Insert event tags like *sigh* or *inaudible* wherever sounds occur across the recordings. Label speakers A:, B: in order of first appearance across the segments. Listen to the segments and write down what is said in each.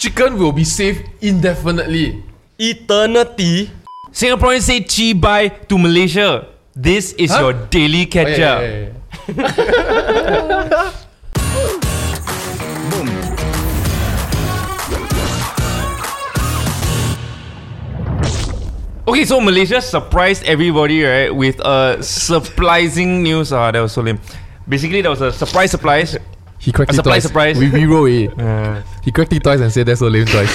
A: chicken will be safe indefinitely.
B: eternity. Singaporeans say chi bye to Malaysia. This is
A: Huh?
B: your
A: Oh,
B: daily catch
A: yeah,
B: up.
A: yeah, yeah, yeah.
B: Okay, so Malaysia surprised everybody, right, with a surprising news. Ah, that was so lame. Basically, that was a surprise, surprise.
A: He cracked
B: A
A: it
B: surprise,
A: twice.
B: surprise.
A: We re-roll *laughs* it.
B: Uh,
A: He cracked it twice and said that's so lame
B: *laughs*
A: twice.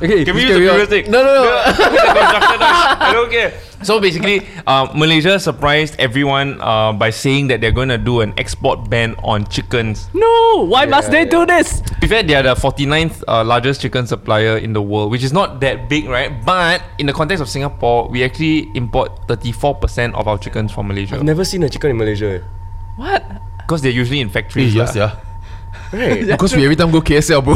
A: okay,
B: Can
A: please
B: we use the
A: carry on.
B: previous thing?
A: No, no, no.
B: *laughs* I don't care. So basically, uh, Malaysia surprised everyone uh, by saying that they're going to do an export ban on chickens.
C: No, why must they do this?
B: To be fair, they are the 49th uh, largest chicken supplier in the world, which is not that big, right? But in the context of Singapore, we actually import 34% of our chickens from Malaysia
C: Never seen a chicken in Malaysia. What?
B: because they're usually in
A: Eh,
B: factories.
A: yes,
B: lah.
A: yeah. *laughs* Because we every time go KSL, *laughs* bro.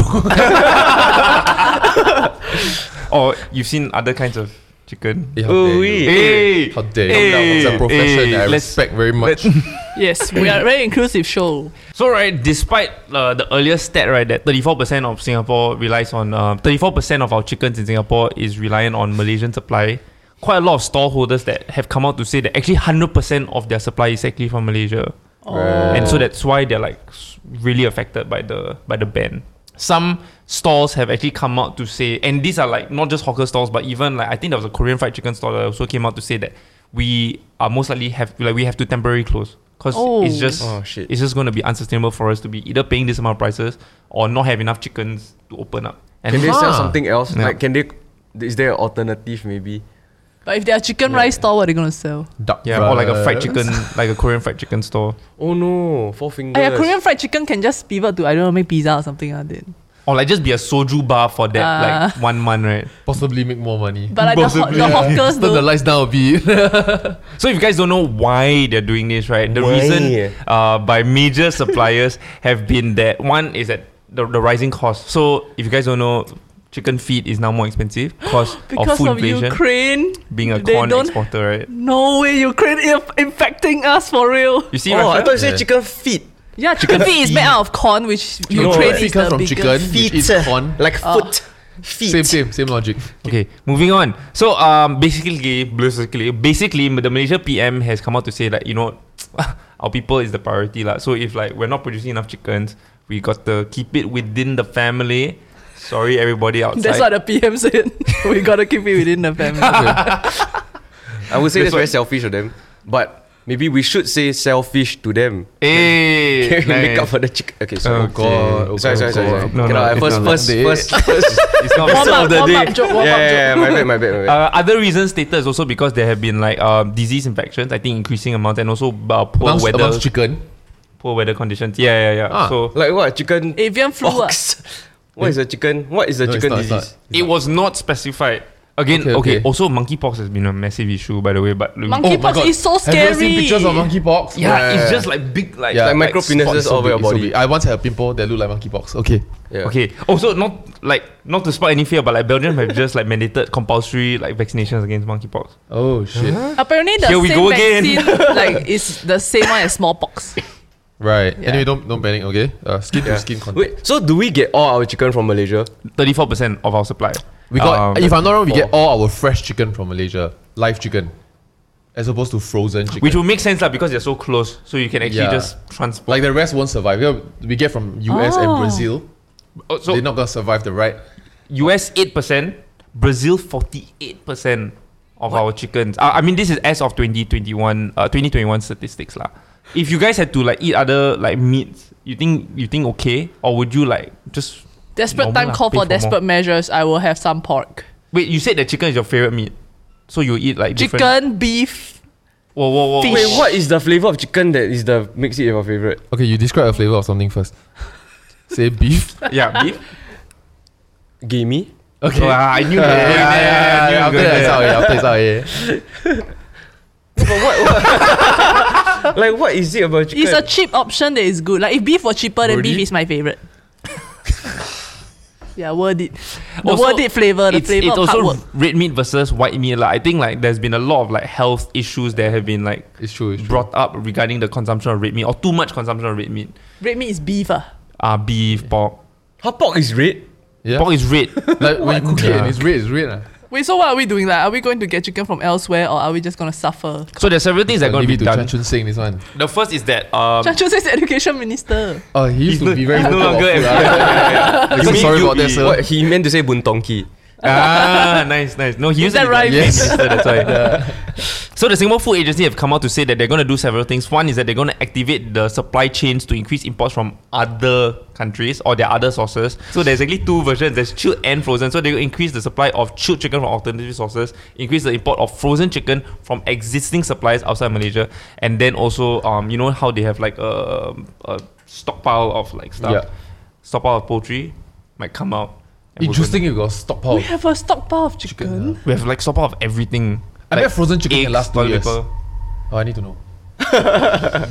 B: Or you've seen other kinds of chicken.
A: Eh, how dare you.
B: Hey,
A: How dare you?
B: hey,
A: It's a profession
B: hey,
A: that I
B: let's-
A: respect very much.
C: Yes, we are a very inclusive show.
B: So right, despite uh, the earlier stat right that 34% of Singapore relies on uh, 34% of our chickens in Singapore is reliant on Malaysian supply. Quite a lot of stallholders that have come out to say that actually 100% of their supply is actually from Malaysia, and so that's why they're like s- really affected by the by the ban. Some stalls have actually come out to say, and these are like not just hawker stalls, but even like I think there was a Korean fried chicken stall that also came out to say that we are most likely have like we have to temporarily close because it's
C: Oh.
B: just
C: Oh,
A: shit.
B: it's just going to be unsustainable for us to be either paying this amount of prices or not have enough chickens to open up. And
D: Can they sell
A: Huh.
D: something else?
B: Yeah.
D: Like, can they? Is there an alternative maybe?
C: But if they are chicken rice stall, what are they gonna sell?
A: Duck
B: yeah, or like a fried
A: rice.
B: chicken, like a Korean fried chicken store,
D: Oh no, four fingers.
C: Ah, yeah, Korean fried chicken can just pivot to I don't know, make pizza or something like that.
B: or like just be a soju bar for that
C: Ah.
B: like one month, right?
A: Possibly make more money.
C: But like the, ho-
B: Possibly,
C: the
B: yeah.
C: hawkers
A: Turn the
C: though.
A: lights down a *laughs* bit.
B: So if you guys don't know why they're doing this, right? The
D: Why?
B: reason uh, by
D: *laughs*
B: major suppliers have been that one is that the, the rising cost. So if you guys don't know, chicken feed is now more expensive because, of
C: *gasps* Because
B: food
C: of
B: inflation.
C: Ukraine,
B: Being a
C: they
B: corn
C: don't-
B: exporter, right?
C: no way Ukraine is infecting us for real.
B: You see,
D: Oh, I
B: Rafa?
D: thought you said
A: Yeah.
D: chicken feet.
C: Yeah, chicken feet is made out of corn, which
A: No,
C: Ukraine
A: right.
C: is
A: Feet
C: the
A: comes from
C: biggest.
A: chicken. Which is corn.
D: like
C: Oh.
D: foot, feet.
A: same, same, same logic.
B: Okay, moving on. So um, basically, basically, basically, the Malaysia PM has come out to say that you know, *laughs* our people is the priority lah. So if like we're not producing enough chickens, we got to keep it within the family. Sorry, everybody outside.
C: *laughs* That's what the PM said. *laughs* we gotta keep it within
B: *laughs*
C: the family.
D: I would say
B: That's
D: that's, very
B: what-
D: selfish of them, but maybe we should say selfish to them.
B: Hey,
D: Can we *laughs* make
B: nice.
D: up for the chicken? Okay, sorry.
B: Oh,
A: God, oh,
D: sorry, sorry, sorry,
A: God, oh,
D: sorry.
B: God. No,
D: Cannot,
B: no,
D: I
A: it's
D: first,
A: not
D: first, *laughs*
A: like
D: first, first,
B: It's not
C: Warm up, warm up joke, warm
D: yeah,
C: up
D: yeah, yeah,
C: joke.
D: my bad, my bad, my bad.
B: *laughs* Uh, other reasons stated is also because there have been like um, disease infections, I think increasing amount, and also uh, poor
A: Amongst,
B: weather,
A: amongst chicken.
B: poor weather conditions. Yeah, yeah, yeah.
A: Ah,
B: so
D: *laughs* Like what? Chicken
C: Avian flu. ah.
D: fox. What is a chicken? What is a
A: No, it's
D: chicken
A: not, it's not.
D: disease?
B: it was not specified. Again, okay,
A: Okay, okay.
B: Also, monkeypox has been a massive issue, by the way. But
C: Monkey- Monkeypox is so
A: Oh Have you
C: scary.
A: seen pictures of monkeypox?
B: yeah, it's just like big, like
A: Yeah. Like
D: micro
B: spots
D: penises
B: of
A: so
D: all over
A: big,
D: your
A: it's so
D: body.
A: big. I once had a pimple that looked like monkeypox. Okay.
D: Yeah.
B: Okay. Also, not like not to spark any fear, but like Belgium have just like mandated compulsory like vaccinations against monkeypox.
A: Oh shit.
C: Apparently, the
B: Here we
C: same
B: go again. *laughs*
C: vaccine like is the same one as smallpox.
A: Right. Anyway, don't don't panic. Okay. Uh, skin to skin contact.
D: Wait, so do we get all our chicken from Malaysia?
B: Thirty-four percent of our supply.
A: We got,
B: Um,
A: if I'm not wrong, we get
D: four.
A: all our fresh chicken from Malaysia, live chicken, as opposed to frozen chicken.
B: which will make sense lah because they're so close, so you can actually
A: Yeah.
B: just transport.
A: like the rest won't survive. We have- We get from US and
C: Oh.
A: Brazil.
B: Oh, so
A: They're not gonna survive the right.
B: US eight percent, Brazil forty-eight percent of our chickens. Uh, I mean, this is as of 2021, uh, 2021 statistics lah. If you guys had to like eat other like meats, you think you think okay, or would you like just
C: Desperate
B: Normal
C: time
B: lah,
C: call
B: pay
C: for
B: for
C: desperate measures. I will have some pork,
B: wait? You said that chicken is your favorite meat, so you eat like different-
C: chicken, beef,
B: Whoa, whoa, whoa.
D: Wait, what is the flavor of chicken that is the makes it your favorite?
A: Okay, you describe a flavor of something *laughs* first. Say beef.
B: Yeah, beef.
D: Gamey.
A: Okay.
B: Oh, I knew that.
A: Yeah, yeah, yeah, yeah, *laughs*
B: I knew
A: After
B: you
A: that,
B: were
A: it's
B: going
A: out,
B: there.
A: yeah, after it's out, yeah.
D: like what is it about chicken?
C: It's a cheap option that is good. Like if beef was cheaper,
A: Worth
C: then beef
A: it?
C: is my favorite. yeah, worth it. The
B: Also,
C: worth it flavor, the
B: It's,
C: flavor
B: it's
C: of hard work.
B: also red meat versus white meat. Like, I think like there's been a lot of like health issues that have been like
A: It's true. It's true.
B: brought up regarding the consumption of red meat or too much consumption of red meat.
C: Red meat is beef. Ah.
B: Uh, beef, pork.
D: Hot pork is red.
A: Yeah.
B: Pork is red. *laughs*
A: Like when you cook it and
B: Yeah.
A: it's red, it's red. ah.
C: Wait, so what are we doing? Like, are we going to get chicken from elsewhere, or are we just gonna suffer?
B: so there's several things that are
A: I'll
B: going
A: leave it
B: to be
A: to
B: done.
A: Chan Chun Sing this one.
B: The first is that um,
C: Chan Chun says the *laughs* education minister.
A: Oh, he used
B: he's
A: to
B: no,
A: be very
B: he's no
A: vocal
B: longer.
A: about food, ah.
B: *laughs*
A: *laughs*
B: Yeah.
A: I'm so
B: You
A: sorry
B: mean
A: about that,
B: you-
A: sir.
D: What he meant to say bun tongki.
B: ah, nice, nice. No, he used
C: that
B: to be
C: right?
B: the
A: Yes.
B: minister, that's why.
C: *laughs*
B: So the Singapore Food Agency have come out to say that they're going to do several things. One is that they're going to activate the supply chains to increase imports from other countries or their other sources. So there's actually two versions: there's chilled and frozen. So they will increase the supply of chilled chicken from alternative sources, increase the import of frozen chicken from existing suppliers outside Malaysia, and then also, um, you know how they have like a, a stockpile of like stuff,
A: Yeah.
B: stockpile of poultry might come out. and we're gonna-
A: Interesting, you got stockpile.
C: We have a stockpile of chicken.
A: Oh. Chicken,
B: we have like stockpile of everything.
A: I bet frozen chicken can
B: eggs,
A: last two
B: toilet
A: years.
B: paper.
A: Oh, I need to know.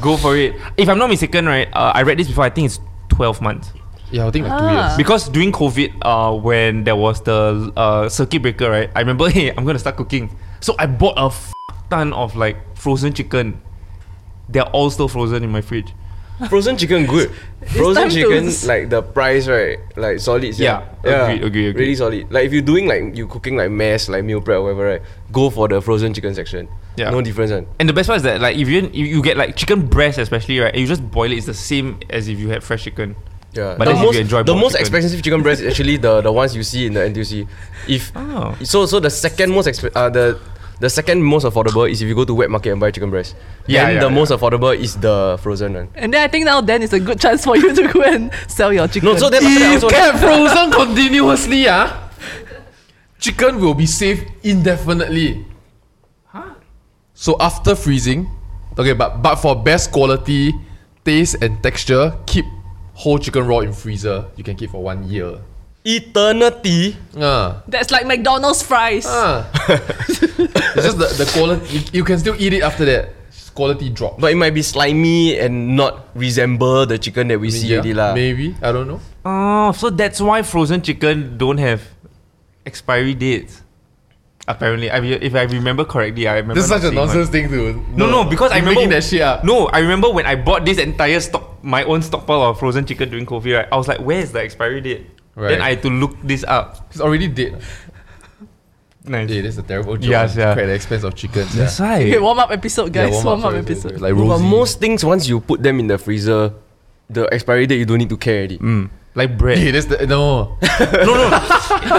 B: Go for it. If I'm not mistaken, right? Uh, I read this before. I think it's 12 months
A: Yeah, I think like two
C: Ah.
A: years.
B: because during COVID, uh, when there was the uh, circuit breaker, right? I remember, *laughs* hey, I'm gonna start cooking. So I bought a f- ton of like frozen chicken. They're all still frozen in my fridge.
D: *laughs* Frozen chicken good. Frozen
C: time to
D: chicken
C: s-
D: like the price right like solid. Yeah,
B: Yeah, agreed, agreed, agreed.
D: Really solid. Like if you're doing like you cooking like mess like meal prep or whatever right, go for the frozen chicken section.
B: Yeah.
D: no difference. One.
B: And the best part is that like if you you, you get like chicken breast especially right, and you just boil it, it's the same as if you had fresh chicken.
D: Yeah,
B: But
D: the
B: then if you
D: most,
B: enjoy
D: the
B: boiled
D: most
B: chicken-
D: expensive chicken breast is actually the, the ones you see in the NTUC. If
B: Oh.
D: so, so the second most exp- uh, the the second most affordable is if you go to wet market and buy chicken breast.
B: Yeah,
D: then
B: yeah,
D: the
B: yeah.
D: most affordable is the frozen one.
C: And then I think now then is a good chance for you to go and sell your chicken.
D: No, so then after that
A: If
D: also,
A: kept frozen continuously, ah, chicken will be safe indefinitely. Huh? So after freezing, okay, but but for best quality, taste and texture, keep whole chicken raw in freezer. You can keep for one year.
D: eternity.
A: Ah,
C: That's like McDonald's fries.
A: ah. *laughs* it's just the, the quality. You, you can still eat it after that. It's Quality drop.
D: But it might be slimy and not resemble the chicken that we see
A: Yeah,
D: already lah.
A: maybe I don't know.
B: Oh, so that's why frozen chicken don't have expiry dates. Apparently, I mean, if I remember correctly, I remember.
A: This is
B: not
A: such a
B: seeing one.
A: nonsense thing to.
B: No, no, because I
A: You're making
B: remember
A: that shit up.
B: No, I remember when I bought this entire stock, my own stockpile of frozen chicken during COVID. Right, I was like, "Where is the expiry date?"
A: Right.
B: Then I had to look this up.
A: It's already dead.
B: Nice.
A: Hey, that's a terrible joke.
B: Yes, yeah.
A: Quite the expense of chickens.
B: That's
A: yeah.
B: right.
C: Okay, warm up episode,
A: Yeah,
C: guys. warm, up,
A: sorry, sorry,
C: episode.
A: sorry. Like
D: No,
A: rosy.
D: but most things once you put them in the freezer, the expiry date you don't need to care already.
B: Mm, like
A: *laughs*
B: bread.
A: Hey, that's the no.
B: no,
A: *laughs*
B: no.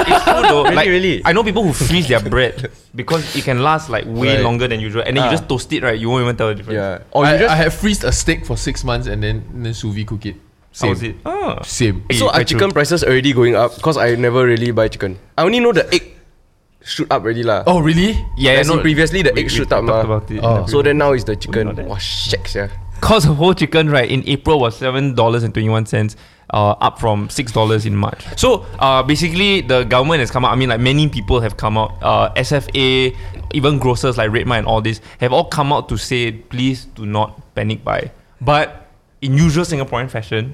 B: It's true though.
D: Really,
B: like,
D: really.
B: I know people who freeze their bread because it can last like way
D: Right.
B: longer than usual, and then
D: Ah.
B: you just toast it right. You won't even tell the difference.
D: Yeah. Or
A: Or I,
D: you just
A: I had freezed a steak for six months and then and then sous vide cook it. Same.
B: How's it? Oh.
A: Same.
D: So
B: Quite
D: are chicken prices already going up? Cause I never really buy chicken. I only know the egg shoot up already lah.
A: Oh really?
B: Yeah,
D: As in previously the egg shoot up
B: talked
D: mah.
B: about it.
A: Oh.
D: So then now it's the
B: Not
D: chicken.
B: that.
D: Wow, shit, yeah.
B: cost of whole chicken right in April was seven dollars and twenty one cents, uh, up from six dollars in March. So uh, basically the government has come out. I mean, like many people have come out. Uh, SFA, even grocers like Redmart and all this have all come out to say, please do not panic buy. But in usual Singaporean fashion,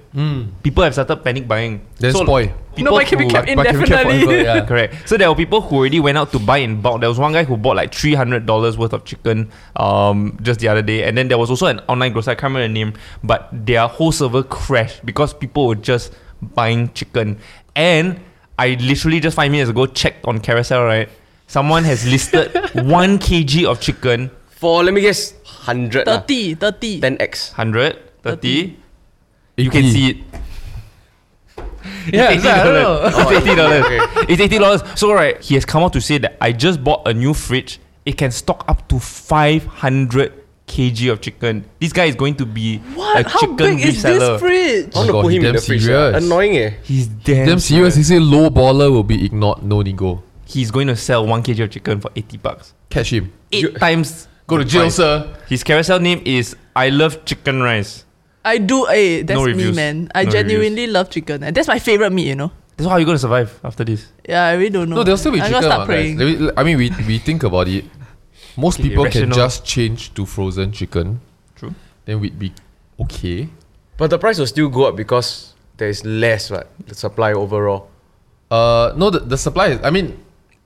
B: people have started panic buying.
A: Hmm. Then spoil.
B: people
C: but it can be
B: who-
C: kept
B: but it can be kept
C: indefinitely.
B: forever,
A: Yeah.
B: *laughs* Correct. So there were people who already went out to buy in bulk. There was one guy who bought like three hundred dollars worth of chicken um, just the other day, and then there was also an online grocer. I can't remember the name, but their whole server crashed because people were just buying chicken. And I literally just five minutes ago checked on Carousel. Right, someone has listed one kg of chicken,
D: For let me guess, hundred.
C: 30, 30.
D: Ten X.
B: hundred thirty. You can see it.
A: Yeah,
B: it's
A: so I
B: eighty
A: don't know.
B: dollars. Oh, It's eighty dollars. It's eighty dollars. So right, he has come out to say that I just bought a new fridge. It can stock up to five hundred kg of chicken. This guy is going to be
C: what?
B: a
C: How
B: chicken
C: big is
B: reseller.
C: this fridge?
D: I want
A: Oh my
D: to
A: God,
D: put
A: he
D: him in
A: damn
D: the fridge. yeah.
A: serious.
D: Annoying eh.
B: He's damn,
A: Damn serious. He say low baller will be ignored. No nego.
B: He's going to sell one kg of chicken for eighty bucks.
A: Catch him.
B: Eight times
A: Go to jail,
B: Right.
A: sir.
B: His carousel name is I love chicken rice.
C: I do. Hey, that's me,
B: reviews.
C: man. I
B: No
C: genuinely love chicken. And that's my favorite meat. You know.
B: That's how you gonna survive after this.
C: Yeah, I really don't know.
A: No, there'll still be
C: I
A: chicken.
C: gotta start
A: what, guys.
C: praying.
A: Let me- I mean, we, we think about it. Most
B: Okay,
A: people can
B: rational.
A: just change to frozen chicken.
B: True.
A: Then we'd be okay.
D: But the price will still go up because there is less, right? The supply overall.
A: Uh, no, the, the supply is. I mean,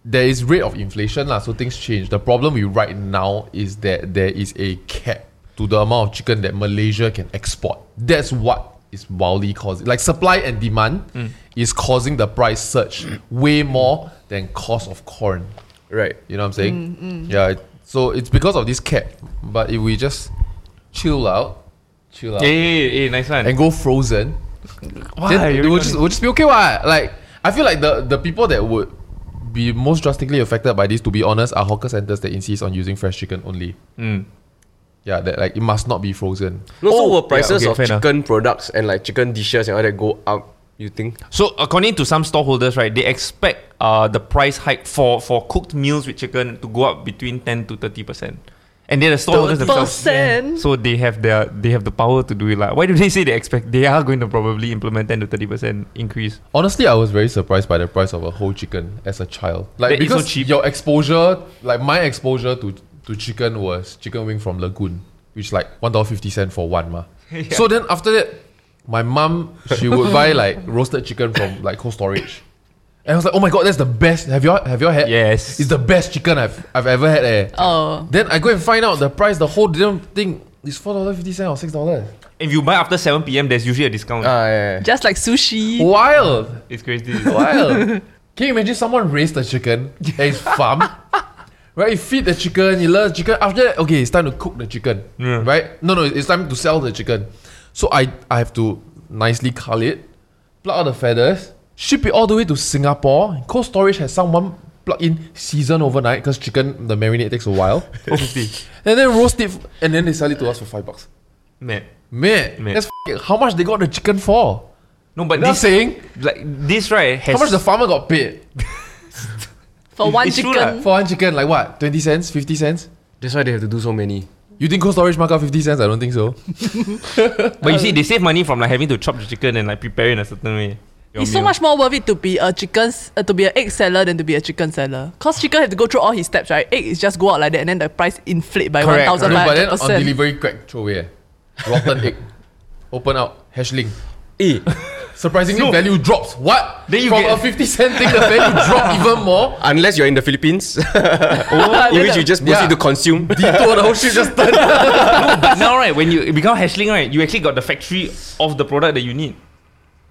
A: there is rate of inflation lah, so things change. The problem we right now is that there is a cap to the amount of chicken that Malaysia can export. That's what is wildly causing. Like supply and demand is causing the price surge way more than cost of corn.
D: Right.
A: You know what I'm saying? Yeah. it- So it's because of this cap. But if we just chill out, chill out,
B: Hey, hey, hey, nice one.
A: and go frozen,
B: Why?
A: then
B: You
A: it
B: really
A: will just,
B: gonna-
A: will just be okay. What? Like, I feel like the, the people that would be most drastically affected by this, to be honest, are hawker centers that insist on using fresh chicken only.
B: Hmm.
A: Yeah, that like it must not be frozen.
D: No,
B: Oh,
D: so will
B: yeah,
D: prices
B: okay,
D: of
B: fair enough.
D: chicken products and like chicken dishes and all that go up, you think?
B: So according to some storeholders, right, they expect uh, the price hike for, for cooked meals with chicken to go up between ten to thirty percent. And they're the storeholders themselves.
C: 30%?
B: So they have their they have the power to do it. Like why do they say they expect they are going to probably implement ten to thirty percent increase?
A: Honestly, I was very surprised by the price of a whole chicken as a child. Like
B: That is so
A: because
B: cheap.
A: your exposure, like my exposure to to chicken was chicken wing from Lagoon, which like one dollar fifty cent for one
B: *laughs*
A: ma. So then after that, my mum she
B: *laughs*
A: would buy like roasted chicken from like Cold Storage. And I was like, oh my god, that's the best. Have you all- have you all had?
B: Yes.
A: It's the best chicken I've I've ever had. Eh.
C: Oh,
A: Then I go and find out the price. The whole damn thing is four dollar fifty cent or six dollars.
B: If you buy after seven PM there's usually a discount.
D: Ah, yeah.
C: just like sushi.
A: Oh, Wild.
B: it's crazy.
A: Wild. *laughs* Can you imagine someone raised a chicken at his farm? Right, you feed the chicken, you love chicken. After that, okay, it's time to cook the chicken.
B: Yeah.
A: Right? No, no, it's time to sell the chicken. So I, I have to nicely cull it, pluck out the feathers, ship it all the way to Singapore. Cold storage has someone plug in season overnight because chicken, the marinade takes a
B: *laughs*
A: while.
B: Four
A: *laughs*
B: fifty.
A: and then roast it f- and then they sell it to us for five bucks.
B: Man.
A: Man,
B: Man.
A: that's f- how much they got the chicken for.
B: No, but
A: You know what I'm
B: this
A: saying?
B: like this right has
A: How much the farmer got paid?
C: For one
B: It's true
C: chicken.
A: For one chicken, like what? 20 cents? 50 cents?
D: That's why they have to do so many.
A: You think Cold Storage mark up 50 cents? I don't think so.
B: but
A: uh,
B: you see they save money from like having to chop the chicken and like prepare it in a certain way. Your
C: It's so
B: meal.
C: much more worth it to be a chicken, s- uh, to be an egg seller than to be a chicken seller. Cause chicken have to go through all his steps, right? Egg is just go out like that, and then the price inflate by one
B: Correct,
C: thousand
A: no, but then on
C: percent.
A: delivery, crack, throw away. eh. Rotten egg. Open out. Hashling.
B: *laughs*
D: Eh,
A: Surprisingly,
B: No.
A: value drops. What?
B: Then you
A: From a
B: get-
A: 50 cent thing, the value
B: *laughs*
A: drop even more.
D: unless you're in the Philippines,
B: Oh,
D: *laughs* in which you just proceed to
A: Yeah.
D: consume.
A: Detour, the whole shit just turned.
B: *laughs* But now, right, when you become hashling, right, you actually got the factory of the product that you need.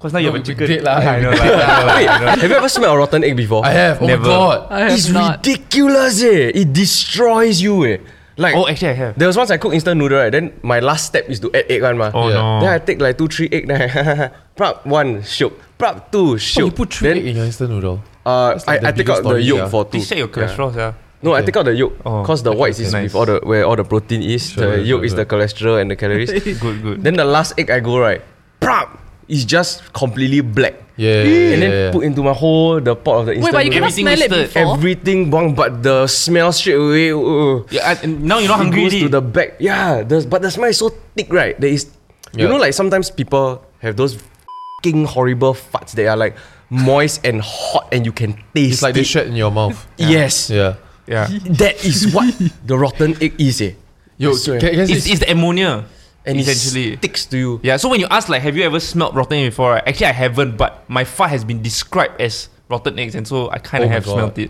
B: Cause now you have a
A: we
B: chicken.
A: did lah,
B: *laughs* I
A: we
B: know
A: did
B: lah.
A: *laughs*
D: Wait, have you ever smelled a rotten egg before?
A: I have. Oh
B: Never.
A: my god.
C: I have
D: it's
C: not.
D: ridiculous, eh. It destroys you, eh. Like,
B: Oh, actually, I have.
D: there was once I cook instant noodle, right? Then my last step is to add egg one, ma.
B: Oh
A: Yeah.
B: no.
D: Then I take like two, three egg. Then *laughs* I prop one, shook. Prop two, shook.
A: Oh, you put three
D: then,
A: egg in your instant noodle.
D: Uh,
A: like the
D: I, I take
A: biggest
D: out the
A: story,
D: yolk
A: yeah.
D: for two.
B: Please check your
D: Yeah.
B: cholesterol, yeah.
D: No, I
A: Okay.
D: take out the yolk
B: Oh,
D: because the
B: okay,
D: whites
B: okay,
D: is
B: nice.
D: with all the where all the protein is.
A: Sure,
D: the
A: sure,
D: yolk is
A: sure.
D: the cholesterol and the calories.
A: *laughs*
B: *laughs* Good, good.
D: then the last egg I go right, prop is just completely black.
A: Yeah.
D: And then
A: yeah, yeah.
D: put into my whole the pot of the
C: Wait,
D: instant.
C: but you
D: noodle.
C: cannot
B: Everything
C: smell it
B: wasted.
C: before.
D: everything wrong, but the smell straight away. Uh,
B: yeah, I- and now you're not hungry.
D: it goes to
B: already.
D: the back. Yeah, the, but the smell is so thick, right? There is, you
A: Yeah.
D: know, like sometimes people have those fucking horrible farts that are like moist and hot, and you can taste
A: It's like
D: it.
A: they shit in your mouth.
D: Yes,
A: Yeah. *laughs*
B: yeah.
D: that is what the rotten egg is, eh?
A: Yo,
D: I swear.
A: can, can I say
B: It's, it's the ammonia.
D: and
B: essentially.
D: it sticks to you.
B: yeah, so when you ask like have you ever smelled rotten egg before, right? Actually I haven't, but my fart has been described as rotten eggs and so I kinda
A: Oh my
B: have
A: God.
B: smelled it.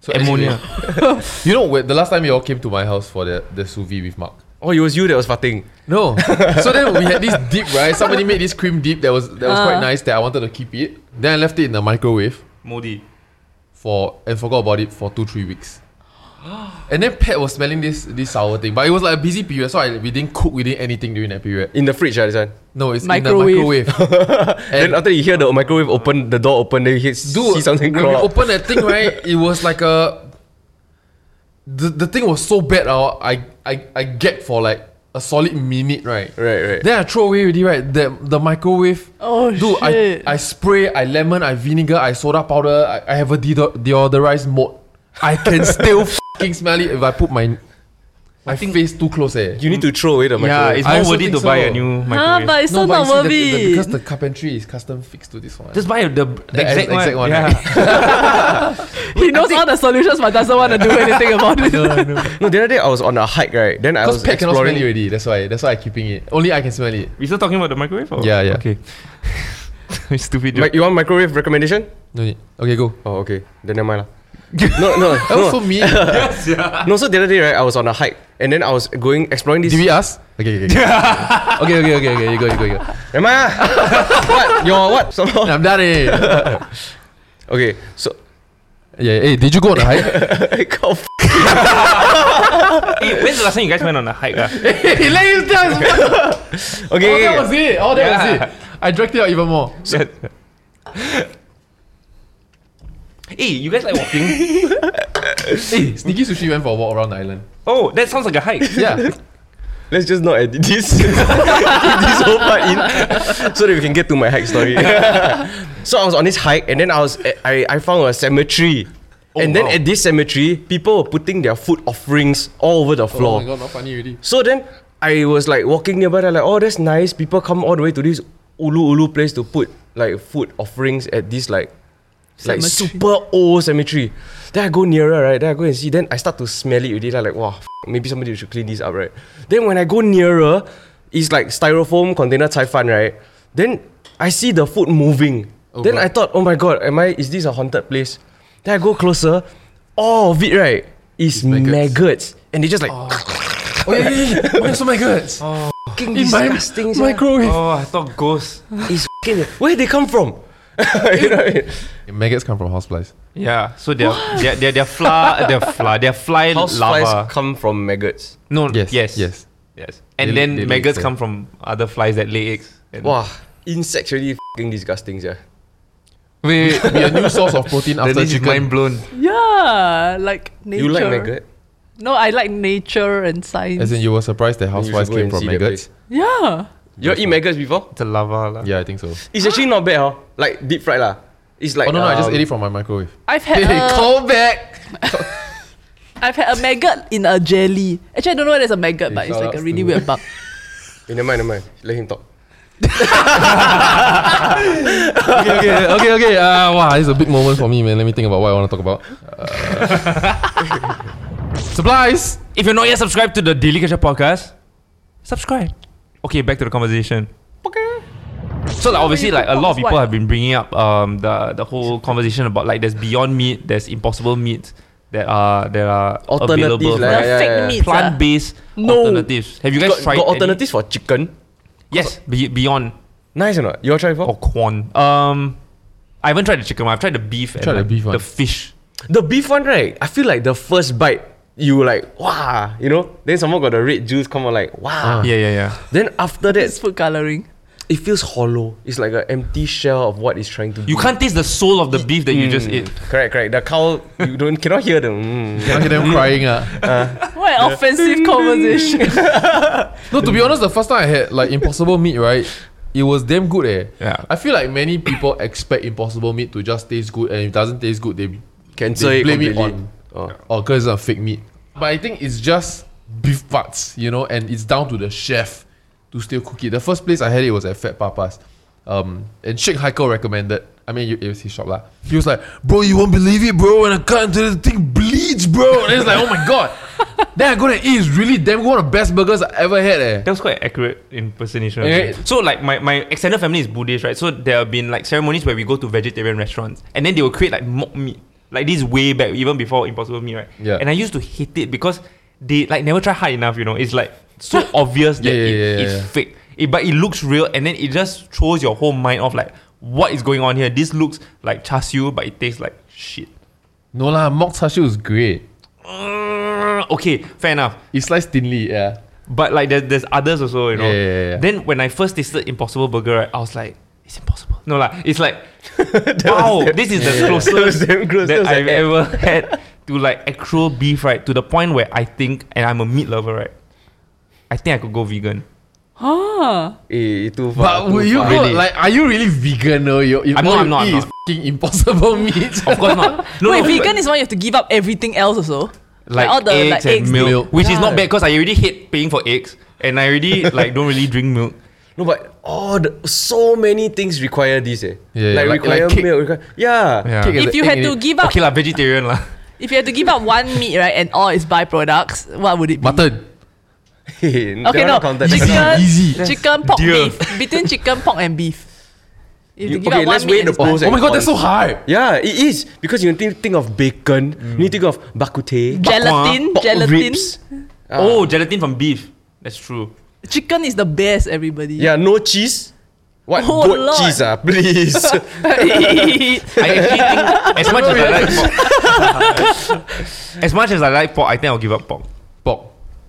A: so
B: ammonia.
A: actually- *laughs* you know, when- the last time you all came to my house for the, the sous vide with Mark,
D: Oh, it was you that was farting.
A: No. so then we had this dip, right? Somebody made this cream dip that was that was quite nice that I wanted to keep it. Then I left it in the microwave
B: Moldy.
A: for and forgot about it for two, three weeks. And then Pat was smelling this this sour thing. But it was like a busy period, so I, we didn't cook, we didn't anything during that period.
D: In the fridge, right, this one.
A: No, it's
C: Microwave.
A: in the microwave.
D: Then
A: and
D: after you hear the microwave open, the door open, then you hear, see
A: dude,
D: something
A: when we
D: crawl out.
A: opened that thing,
D: *laughs*
A: right, it was like a the, the thing was so bad uh, I, I I get for like a solid minute, right?
D: Right, right.
A: Then I throw away already, right? The, the microwave.
C: Oh,
A: Dude,
C: shit.
A: I, I spray, I lemon, I vinegar, I soda powder,
D: *laughs*
A: I, I have a de- deodorized mode. I can still fucking smell it if I put my My face too close eh.
D: You need to throw away the
B: Yeah,
D: microwave.
B: it's
A: I
B: more
A: also
B: worth it
A: think
B: to buy
A: so.
B: a new microwave.
C: Huh, but it's so
A: but you
C: not
A: see the- the-
C: worthy.
A: because the carpentry is custom fixed to this one.
B: just buy the, the, exact,
A: exact one, *laughs*
B: Yeah.
C: he knows all the solutions but doesn't want to do anything about it.
D: no, the other day I was on a hike, right? Then I was
A: Because pet cannot smell it
D: exploring.
A: already. That's why. That's why I'm keeping it. Only I can smell it.
B: we still talking about the microwave? Or?
A: Yeah, yeah.
B: Okay. *laughs* Stupid
D: Mi-
B: joke.
D: you want microwave recommendation?
A: No need. Okay, go.
D: Oh, okay. Then never mind. lah. no,
A: *laughs*
D: no,
A: That was so
D: no.
A: mean.
D: No, so the other day, right, I was on a hike and then I was going exploring this.
A: Did we ask? Okay, okay, okay. okay, okay, okay, okay. You go, you go, you go.
D: Never mind. lah. *laughs* what? Your what? Somehow.
A: *laughs* I'm done. Eh.
D: Okay, so
A: *laughs*
D: *laughs*
A: Yeah. Hey, did you go on a hike?
D: God, f-
B: Hey, when's the last time you guys went on a hike?
A: *laughs*
B: ah?
A: hey, let him tell
D: okay.
A: us. All
D: okay,
A: Oh, that was it. All that
B: Yeah.
A: was it. I dragged it out even more.
B: hey, you guys like walking?
A: Hey, Sneaky Sushi went for a walk around the island.
B: oh, that sounds like
A: *laughs*
B: a hike.
A: Yeah.
D: Let's just not edit this. *laughs* Keep this whole part in, so that we can get to my hike story. *laughs* so I was on this hike, and then I was eh, I, I found a cemetery, and then
A: Oh, wow.
D: at this cemetery, people were putting their food offerings all over the
A: Oh
D: floor.
A: my god, not funny already.
D: so then I was like walking nearby, then like oh that's nice. People come all the way to this ulu ulu place to put like food offerings at this like like
C: Cemetery.
D: super old cemetery. Then I go nearer, right? Then I go and see. Then I start to smell it already. Then I like, wow, f- maybe somebody should clean this up, right? Then when I go nearer, it's like styrofoam container chai fan, right? Then I see the food moving. then
A: God.
D: I thought, oh my god, am I? Is this a haunted place? Then I go closer. All of it, right, is maggots.
A: maggots.
D: and they just *laughs* like Oh.
A: Oh yeah, yeah, yeah. Why so my goods?
D: fucking
A: In my
D: disgusting. sia.
A: microwave.
B: Oh, I thought ghosts.
D: It's fucking where they come from? *laughs* you know what I mean?
A: Maggots come from houseflies.
B: Yeah, so they're they're they're, they're fly they're fly they're fly
D: House
B: lava.
D: flies come from maggots.
B: No,
A: Yes,
B: yes, yes,
A: yes.
B: yes. And
A: They lay-
B: then
A: they lay
B: maggots
A: eggs,
B: come from other flies that lay eggs.
A: Mm.
B: And *laughs*
D: Wow, insects really fucking disgusting, yeah.
B: wait,
A: Be a new source of protein after
B: is mind
A: chicken.
B: blown.
C: yeah, like nature.
D: You like maggot?
C: No, I like nature and science.
A: As in, you were surprised that
D: you
A: houseflies
D: should go
A: came
D: and
A: from
D: see that
A: maggots.
C: yeah.
D: You eat maggots before?
B: It's a lava lah.
A: Yeah, I think so.
D: It's actually not bad, huh? Like deep fried lah. It's like
A: Oh no, no, I just
D: um,
A: ate it from my microwave.
C: I've
A: *laughs*
C: had a,
A: call back.
C: I've had a maggot in a jelly. Actually, I don't know what is a maggot, but it's
A: shout
C: like
A: outs
C: a really
A: to-
C: weird bug.
D: Eh, never mind, never mind. Let him talk.
A: *laughs* okay, okay, okay, okay. Uh, wow, this is a big moment for me, man. Let me think about what I want to talk about. Uh, supplies.
B: If you're not yet subscribed to the Daily Kesha podcast, subscribe. Okay, back to the conversation. Okay. So like, obviously,
C: you
B: like a
C: talk
B: lot of
C: about
B: people
C: what?
B: have been bringing up um the the whole conversation about like there's Beyond Meat, there's Impossible Meat that are that are
D: Alternatives
B: available.
D: lah.
C: The
D: yeah,
C: fake ah.
D: yeah.
C: meats.
B: Plant based
C: No.
B: alternatives. Have you guys
D: got,
B: tried
D: got
B: any?
D: alternatives for chicken?
B: Yes, be- Beyond
D: Nice or not? You all try before?
A: Oh.
B: or corn. Um, I haven't tried the chicken. one. I've tried the beef and
A: Tried the
B: like,
A: beef one.
B: the fish.
D: The beef one, right? I feel like the first bite, you like wow, you know. Then someone got the red juice come out like
A: Ah,
D: wow.
B: Yeah, yeah, yeah.
D: Then after
C: It's
D: that,
C: food coloring.
D: it feels hollow. It's like an empty shell of what it's trying to.
B: You
D: be.
B: can't taste the soul of the beef that you just
D: Hmm.
B: ate.
D: Correct, correct. The cow, you don't cannot hear them.
A: *laughs*
D: Mm. *laughs*
A: Can I hear them crying? Uh.
C: What an offensive conversation.
A: No, to be honest, the first time I had like Impossible Meat, right? It was damn good, eh.
B: Yeah.
A: I feel like many people expect Impossible Meat to just taste good, and if it doesn't taste good, they
D: Cancel
A: they
D: it
A: blame it
D: completely.
A: on oh, because it's a fake meat. But I think it's just beef parts, you know, and it's down to the chef to still cook it. The first place I had it was at Fat Papa's, um, and Sheikh Haiko recommended. I mean, it was his shop lah. He was like, "Bro, you won't believe it, bro. When I cut into this thing, bleeds, bro." And it's like, "Oh my god." *laughs* then I go and eat. It's really damn good. One of the best burgers I ever had. Eh.
B: That was quite accurate impersonation.
A: Yeah.
B: So like my, my extended family is Buddhist, right? So there have been like ceremonies where we go to vegetarian restaurants and then they will create like mock meat. Like this way back, even before Impossible Meat, right?
A: Yeah.
B: And I used to hate it because they like never try hard enough, you know. It's like
A: *laughs*
B: so obvious that
A: Yeah, yeah,
B: it-
A: yeah, yeah,
B: it's
A: yeah.
B: fake. It, but it looks real and then it just throws your whole mind off like what is going on here? This looks like char siu, but it tastes like shit. *laughs*
A: No lah, mock chashu is great.
B: Mm, okay, fair enough.
A: It's sliced thinly, yeah.
B: But like there's, there's others also, you know.
A: Yeah, yeah, yeah.
B: Then when I first tasted Impossible Burger, right, I was like, it's impossible. No lah, it's like, wow, this is the
D: *laughs* That was
B: closest
D: damn gross. That
B: that
D: was
B: I've
D: like-
B: ever had to like actual beef, right? To the point where I think, and I'm a meat lover, right? I think I could go vegan.
C: huh.
D: Eh, too far.
A: But will you go,
B: Really?
A: like, are you really vegan? No, you. If
B: I'm
A: all
B: not,
A: you
B: I'm not, I'm
A: eat is
B: not.
A: fucking impossible *laughs* meat.
B: Of course not. No,
C: Wait,
B: no,
C: vegan is one you have to give up everything else also.
B: like,
C: all the,
B: eggs
C: like,
B: and
C: eggs.
B: milk,
A: Milk.
B: which is not
D: Yeah.
B: bad because I already hate paying for eggs and I already like don't really drink milk.
D: No, but oh, the, so many things require this. Eh.
A: Yeah, yeah,
D: like,
A: like-
D: require
A: like cake.
D: milk. Require, yeah. *laughs*
B: Yeah.
A: Cake is
C: If
A: the
C: you
A: egg
C: had
A: in
C: to
A: it.
C: give up,
B: Okay lah, vegetarian lah.
C: if you had to give up one meat, right, and all its byproducts, what would it be?
A: mutton.
C: Okay, no. Chicken,
A: Easy.
C: chicken, pork,
B: Dear.
C: beef. Between chicken, pork, and beef. If
D: You-
C: you give
D: okay,
C: up one
D: let's
C: meat
D: weigh
C: and
D: the
C: it's like-
D: pros
A: Oh
D: and-
A: my god, that's so hard.
D: Yeah, it is because you think think of bacon, you think of bakute,
C: Gelatin,
D: pork
C: gelatin.
D: ribs.
B: Oh, gelatin from beef. That's true.
C: Chicken is the best, everybody. *laughs*
D: Yeah, no cheese. What
C: Oh,
D: goat
C: Lord.
D: cheese? Ah, please.
C: *laughs*
B: I actually think as much as I like pork, as much as I like pork, I think I'll give up pork.
A: Pork.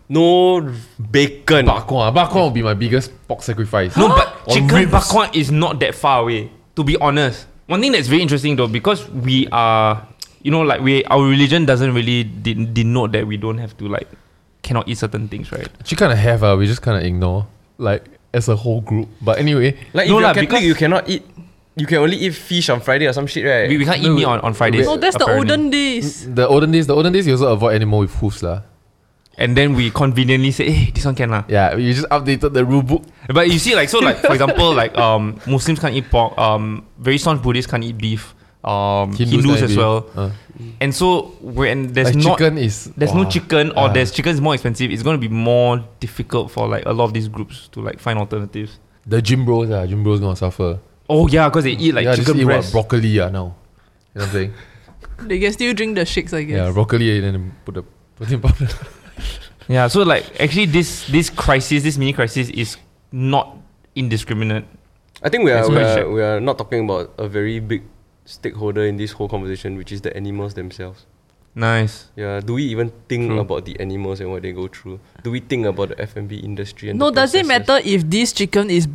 D: no bacon.
A: Bak kwa. Bak kwa will be my biggest pork sacrifice.
B: No, but
A: Or
B: chicken
A: ribs.
B: bakwan is not that far away. To be honest, one thing that's very interesting though, because we are, you know, like we our religion doesn't really de- denote that we don't have to like cannot eat certain things, right?
A: She kind of have, uh, we just kind of ignore, like as a whole group. But anyway,
D: Like
B: No
D: if
B: lah,
D: you're Catholic,
B: because-
D: you cannot eat. You can only eat fish on Friday or some shit, right?
B: We, we can't eat
A: No,
B: meat on, on Fridays.
C: Oh, that's
B: apparently.
C: the olden days.
A: the olden days, the olden days, you also avoid animal with hoofs, lah.
B: And then we conveniently say, hey, this one can lah.
A: Yeah, you just updated the rule book.
B: But you see, like so, like for example, *laughs* like um, Muslims can't eat pork. Um, very staunch Buddhists can't eat beef. Um, Hindus,
A: can
B: as
A: be-
B: well.
A: Uh,
B: And so when there's
A: like
B: not
A: chicken is
B: there's
A: wow.
B: no chicken
A: Ah.
B: or there's chicken is more expensive, it's gonna be more difficult for like a lot of these groups to like find alternatives.
A: The gym bros, ah, gym bros gonna suffer.
B: Oh yeah, because they eat like
A: yeah,
B: chicken
A: just eat what,
B: breast.
A: broccoli, ah, now. You know what I'm saying?
C: They can still drink the shakes, I
A: Yeah,
C: guess.
A: broccoli and then put the protein powder.
B: yeah, so like actually this this crisis, this mini crisis, is not indiscriminate.
D: I think we are,
B: It's
D: we
B: quite
D: are,
B: shit.
D: we are not talking about a very big stakeholder in this whole conversation, which is the animals themselves.
B: Nice.
D: Yeah, do we even think
B: True.
D: about the animals and what they go through? Do we think about the F&B industry? And
C: No,
D: the
C: does it
D: processes?
C: matter if this chicken is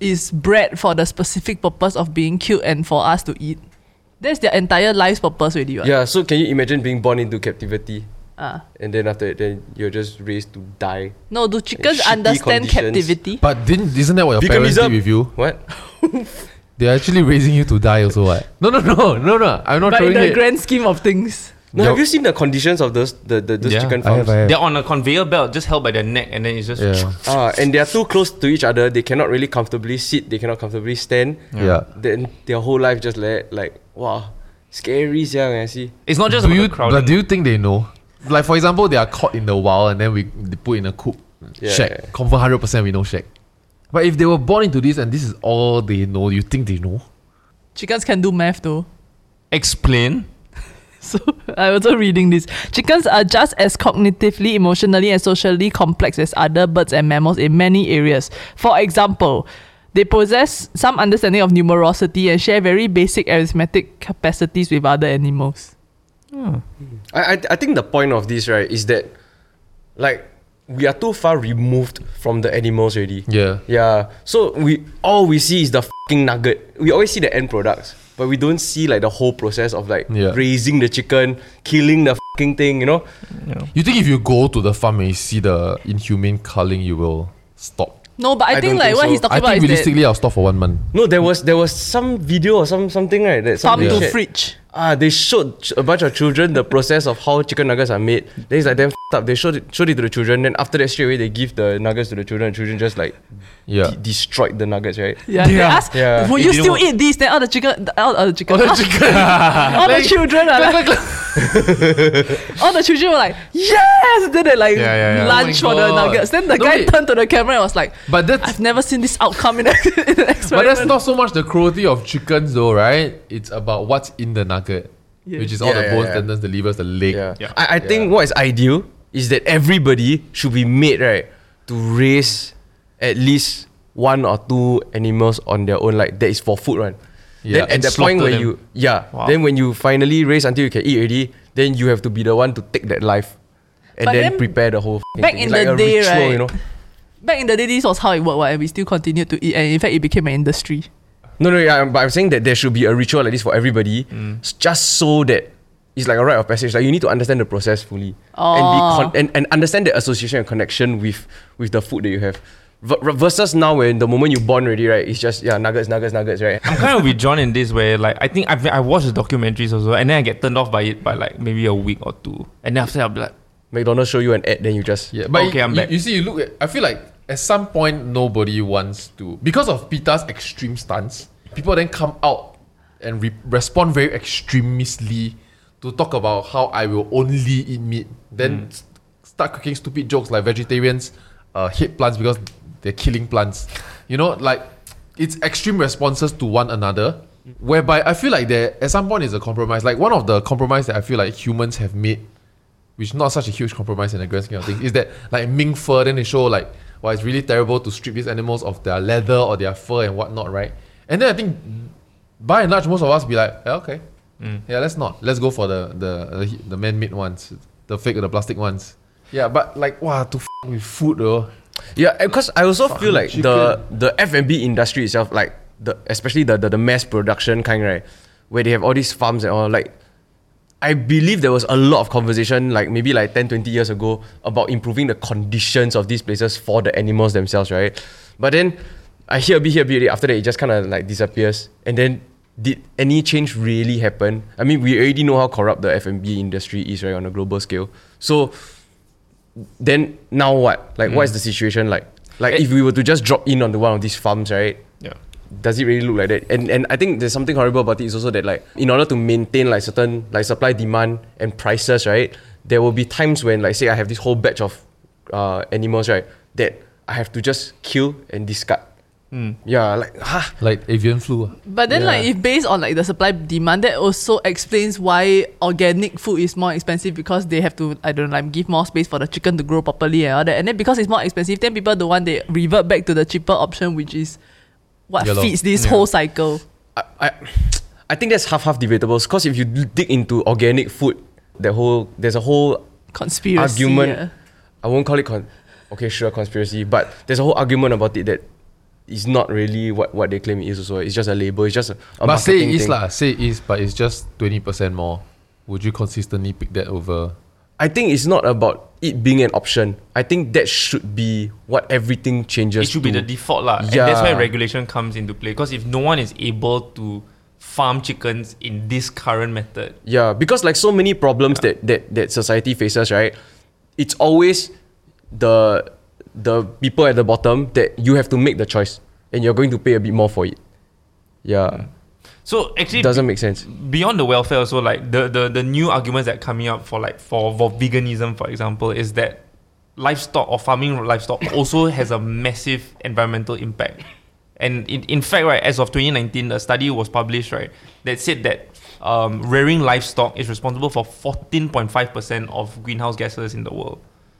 C: is bred for the specific purpose of being killed and for us to eat? That's their entire life's purpose, already. what?
D: Yeah, so can you imagine being born into captivity
C: Ah.
D: and then after that, then you're just raised to die?
C: No, do chickens
D: shitty
C: understand
D: conditions.
C: captivity?
A: but didn't, isn't that what your parents
D: Veganism.
A: did with you?
D: What?
A: They're actually raising you to die also, what? *laughs* No, no, no, no, no. I'm not
C: But in
A: throwing
C: the
A: it.
C: grand scheme of things,
D: No,
A: Yo-
D: have you seen the conditions of those the, the those
A: Yeah,
D: chicken
A: I
D: farms?
A: have, I have.
B: They're on a conveyor belt, just held by their neck, and then it's just
A: Yeah.
D: Ah, and they are too close to each other. They cannot really comfortably sit. They cannot comfortably stand.
A: Yeah.
D: Then their whole life just like like wow, scary. Yeah, I see.
B: it's not just
A: do
B: about
A: you
B: the crowding.
C: eh?
A: but do you think they know? Like for example, they are caught in the wild and then we they put in a coop.
D: Yeah,
A: shack.
D: yeah, yeah.
A: Confirm hundred percent we know shack. But if they were born into this and this is all they know, you think they know?
C: chickens can do math though.
B: explain.
C: So *laughs* I was also reading this. Chickens are just as cognitively, emotionally, and socially complex as other birds and mammals in many areas. For example, they possess some understanding of numerosity and share very basic arithmetic capacities with other animals.
D: I, I I think the point of this right is that, like, we are too far removed from the animals already.
A: Yeah.
D: Yeah. So we all we see is the fucking nugget. We always see the end products, but we don't see like the whole process of like
A: Yeah.
D: raising the chicken, killing the fucking thing. You know?
A: You think if you go to the farm and you see the inhumane culling, you will stop?
C: No, but I,
D: I
C: think
D: don't
C: like
D: think
C: what
D: so.
C: he's talking
A: I
C: about
A: think
C: is that
A: realistically, I'll stop for one month.
D: No, there was there was some video or some something right that some
C: farm to
D: shit-
C: fridge.
D: Ah, they showed ch- a bunch of children the process of how chicken nuggets are made. Then it's like damn f***ed up. They showed it, showed it to the children. Then after that, straight away they give the nuggets to the children. And children just like
A: Yeah.
D: de- destroyed the nuggets, right?
C: Yeah, they ask,
D: Yeah.
C: will
B: It
C: you
B: didn't
C: still
B: work.
C: eat this? Then all the chicken, all, *laughs* all the chicken, *laughs* all
A: *laughs*
C: the, chicken. all the children are like, all the children were like, yes. Then they like
B: Yeah, yeah, yeah.
C: lunch
A: Oh my
C: for the
A: God.
C: nuggets. Then the
A: No,
C: guy
A: wait.
C: turned to the camera and was like,
A: *laughs* But that's
C: I've never seen this outcome in, a, *laughs* in an experiment.
A: but that's not so much the cruelty of chickens though, right? It's about what's in the nugget. Which is all
D: Yeah,
A: the
D: yeah,
A: bones,
D: yeah.
A: tendons, the livers, the leg.
D: Yeah.
B: Yeah.
D: I, I think what is ideal is that everybody should be made right to raise at least one or two animals on their own. Like that is for food, right?
A: Yeah,
D: then at
A: and
D: that point
B: slaughter
D: where you
B: them.
D: yeah,
B: Wow.
D: then when you finally raise until you can eat already, then you have to be the one to take that life. And
C: But
D: then,
C: then
D: prepare the whole f***ing
C: back
D: thing. It's
C: in the
D: a
C: day, right?
D: You know?
C: Back in the day, this was how it worked, what, and we still continued to eat. And in fact, it became an industry.
D: No, no, yeah, but I'm saying that there should be a ritual like this for everybody, s- just so that it's like a rite of passage. Like you need to understand the process fully and, be con- and and understand the association and connection with with the food that you have. V- r- versus now, when the moment you born already, right? It's just yeah, nuggets, nuggets, nuggets, right? *laughs*
B: I'm kind of with John in this where like I think I've I watched the documentaries also and then I get turned off by it by like maybe a week or two and then after that I'll be like
D: McDonald's show you an ad, then you just
A: Yeah, but
B: Okay,
A: you,
B: I'm
A: you-
B: back.
A: you see, you look at. I feel like at some point nobody wants to because of Peter's extreme stance. People then come out and re- respond very extremistly to talk about how I will only eat meat. Then
B: Mm.
A: s- start cooking stupid jokes like vegetarians uh, hate plants because they're killing plants. You know, like it's extreme responses to one another.
B: Mm.
A: Whereby I feel like there at some point is a compromise. Like one of the compromise that I feel like humans have made which is not such a huge compromise in the grand scheme of things, is that like mink fur, then they show like, well, it's really terrible to strip these animals of their leather or their fur and whatnot, right? And then I think by and large, most of us be like, "Yeah, okay, yeah, let's not. Let's go for the the the, he- the man-made ones, the fake or the plastic ones. Yeah, but like, wow, to f- with food though.
D: Yeah, because I also feel like
A: Fucking
D: the the F and B industry itself, like the especially the, the the mass production kind, right, where they have all these farms and all. Like, I believe there was a lot of conversation, like maybe like 10, 20 years ago, about improving the conditions of these places for the animals themselves, right? But then I hear a bit, hear a bit. already. After that, it just kind of like disappears. And then, did any change really happen? I mean, we already know how corrupt the F and B industry is, right, on a global scale. So then now what? Like, what is the situation like? Like, if we were to just drop in on the one of these farms, right?
B: Yeah.
D: Does it really look like that? And and I think there's something horrible about it is also that like in order to maintain like certain like supply demand and prices, right? There will be times when like say I have this whole batch of uh, animals, right? That I have to just kill and discard. Yeah, like huh?
A: Like avian flu.
C: But then, like, if based on like the supply demand, that also explains why organic food is more expensive because they have to I don't know, like give more space for the chicken to grow properly and all that. And then because it's more expensive, then people don't want they revert back to the cheaper option, which is what
A: Yellow.
C: feeds this whole cycle.
D: I, I, I think that's half half debatable. Cause if you dig into organic food, the whole there's a whole
C: Conspiracy.
D: argument.
C: yeah.
D: I won't call it con. Okay, sure, conspiracy. But there's a whole argument about it that is not really what, what they claim it is. Also, it's just a label. It's just a, a
A: but say
D: marketing
A: it is
D: thing.
A: lah, say it is, but it's just twenty percent more. Would you consistently pick that over?
D: I think it's not about it being an option. I think that should be what everything changes.
B: It should be
D: to.
B: the default lah.
D: Yeah.
B: And that's where regulation comes into play. Because if no one is able to farm chickens in this current method,
D: Yeah, because like so many problems that, that that society faces, right? It's always the the people at the bottom that you have to make the choice, and you're going to pay a bit more for it. Yeah,
B: so actually
D: it doesn't make sense.
B: beyond the welfare also like the, the the new arguments that are coming up for like for, for veganism for example is that livestock or farming livestock *coughs* also has a massive environmental impact and in, in fact right as of 2019 a study was published right that said that um, rearing livestock is responsible for 14.5% of greenhouse gases in the world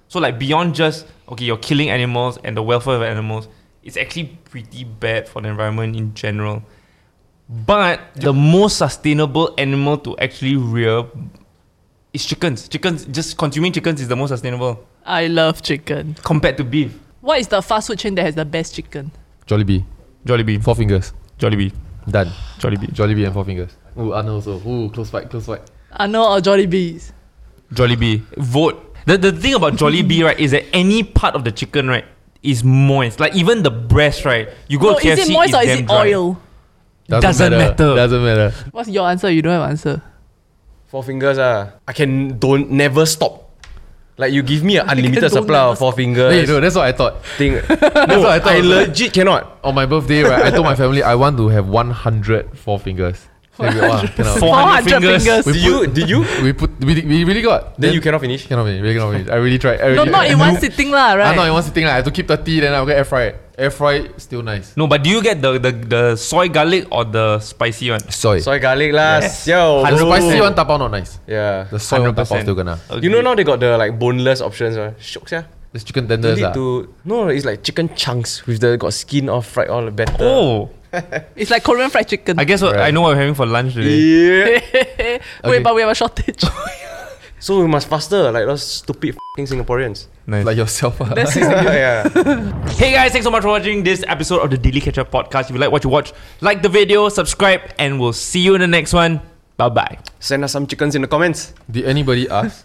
B: so like beyond just okay you're killing animals and the welfare of animals it's actually pretty bad for the environment in general but the most sustainable animal to actually rear is chickens. Chickens, just consuming chickens is the most sustainable
C: I love chicken.
B: compared to beef.
C: What is the fast food chain that has the best chicken?
A: Jollibee,
B: Jollibee,
A: four fingers,
B: Jollibee,
A: done.
B: Jollibee,
A: Jollibee and four fingers. Ooh, Arnold also. Ooh, close fight, close fight.
C: Arnold or Jollibees?
B: Jollibee. Vote. The, the thing about *laughs* Jollibee, right, is that any part of the chicken, right, is moist. Like even the breast, right? You go
C: No,
B: to KFC,
C: is it moist or
B: it's
C: is
B: damn
C: it
B: dry.
C: oil?
B: Doesn't matter.
A: Doesn't matter.
C: What's your answer? You don't have answer.
D: Four fingers ah. I can don't never stop. Like you give me an unlimited
C: don't
D: supply
C: never
D: of four
A: Hey,
D: fingers.
A: no, that's what I thought. *laughs*
D: thing.
A: That's what I thought.
D: I legit cannot.
A: on my birthday, right, I told my family I want to have 100 four fingers. Then
D: *laughs*
A: we, wow, cannot.
B: 400 fingers.
D: Do you? Do you?
A: *laughs* we put we, we really got.
D: Then you cannot finish.
A: *laughs* cannot finish. Really cannot finish. I really tried. I
C: No,
A: really, *laughs*
C: not
A: I,
C: in one sitting
A: I,
C: lah,
A: Ah, not
C: right?
A: in one sitting. Like, I have to keep 30, then I'll get air fry it. Air fry it, still nice.
B: No, but do you get the, the, the soy garlic or the spicy one?
A: Soy.
D: Soy garlic lah.
B: Yes.
D: Yo.
A: The
B: Hundred-
A: spicy one tapao not nice.
D: Yeah.
A: The soy one tapao still gonna.
B: Okay.
D: You know now they got the like boneless options. Uh. Shocks yeah.
A: There's chicken
D: You
A: tenders
D: need
A: lah.
D: to no, it's like chicken chunks with the got skin all fried all the better.
B: Oh,
C: It's like Korean fried chicken.
B: I guess what, I know what we're having for lunch today.
A: *laughs*
D: Yeah.
C: *laughs* Wait,
A: Okay.
C: but we have a shortage.
D: so we must faster like those stupid fucking
A: *laughs*
D: Singaporeans. *laughs*
B: Nice.
A: Like yourself. ah. *laughs*
D: yeah.
B: Hey guys, thanks so much for watching this episode of the Daily Catch Up podcast. If you like what you watch, like the video, subscribe, and we'll see you in the next one. Bye bye.
D: Send us some chickens in the comments.
A: Did anybody ask?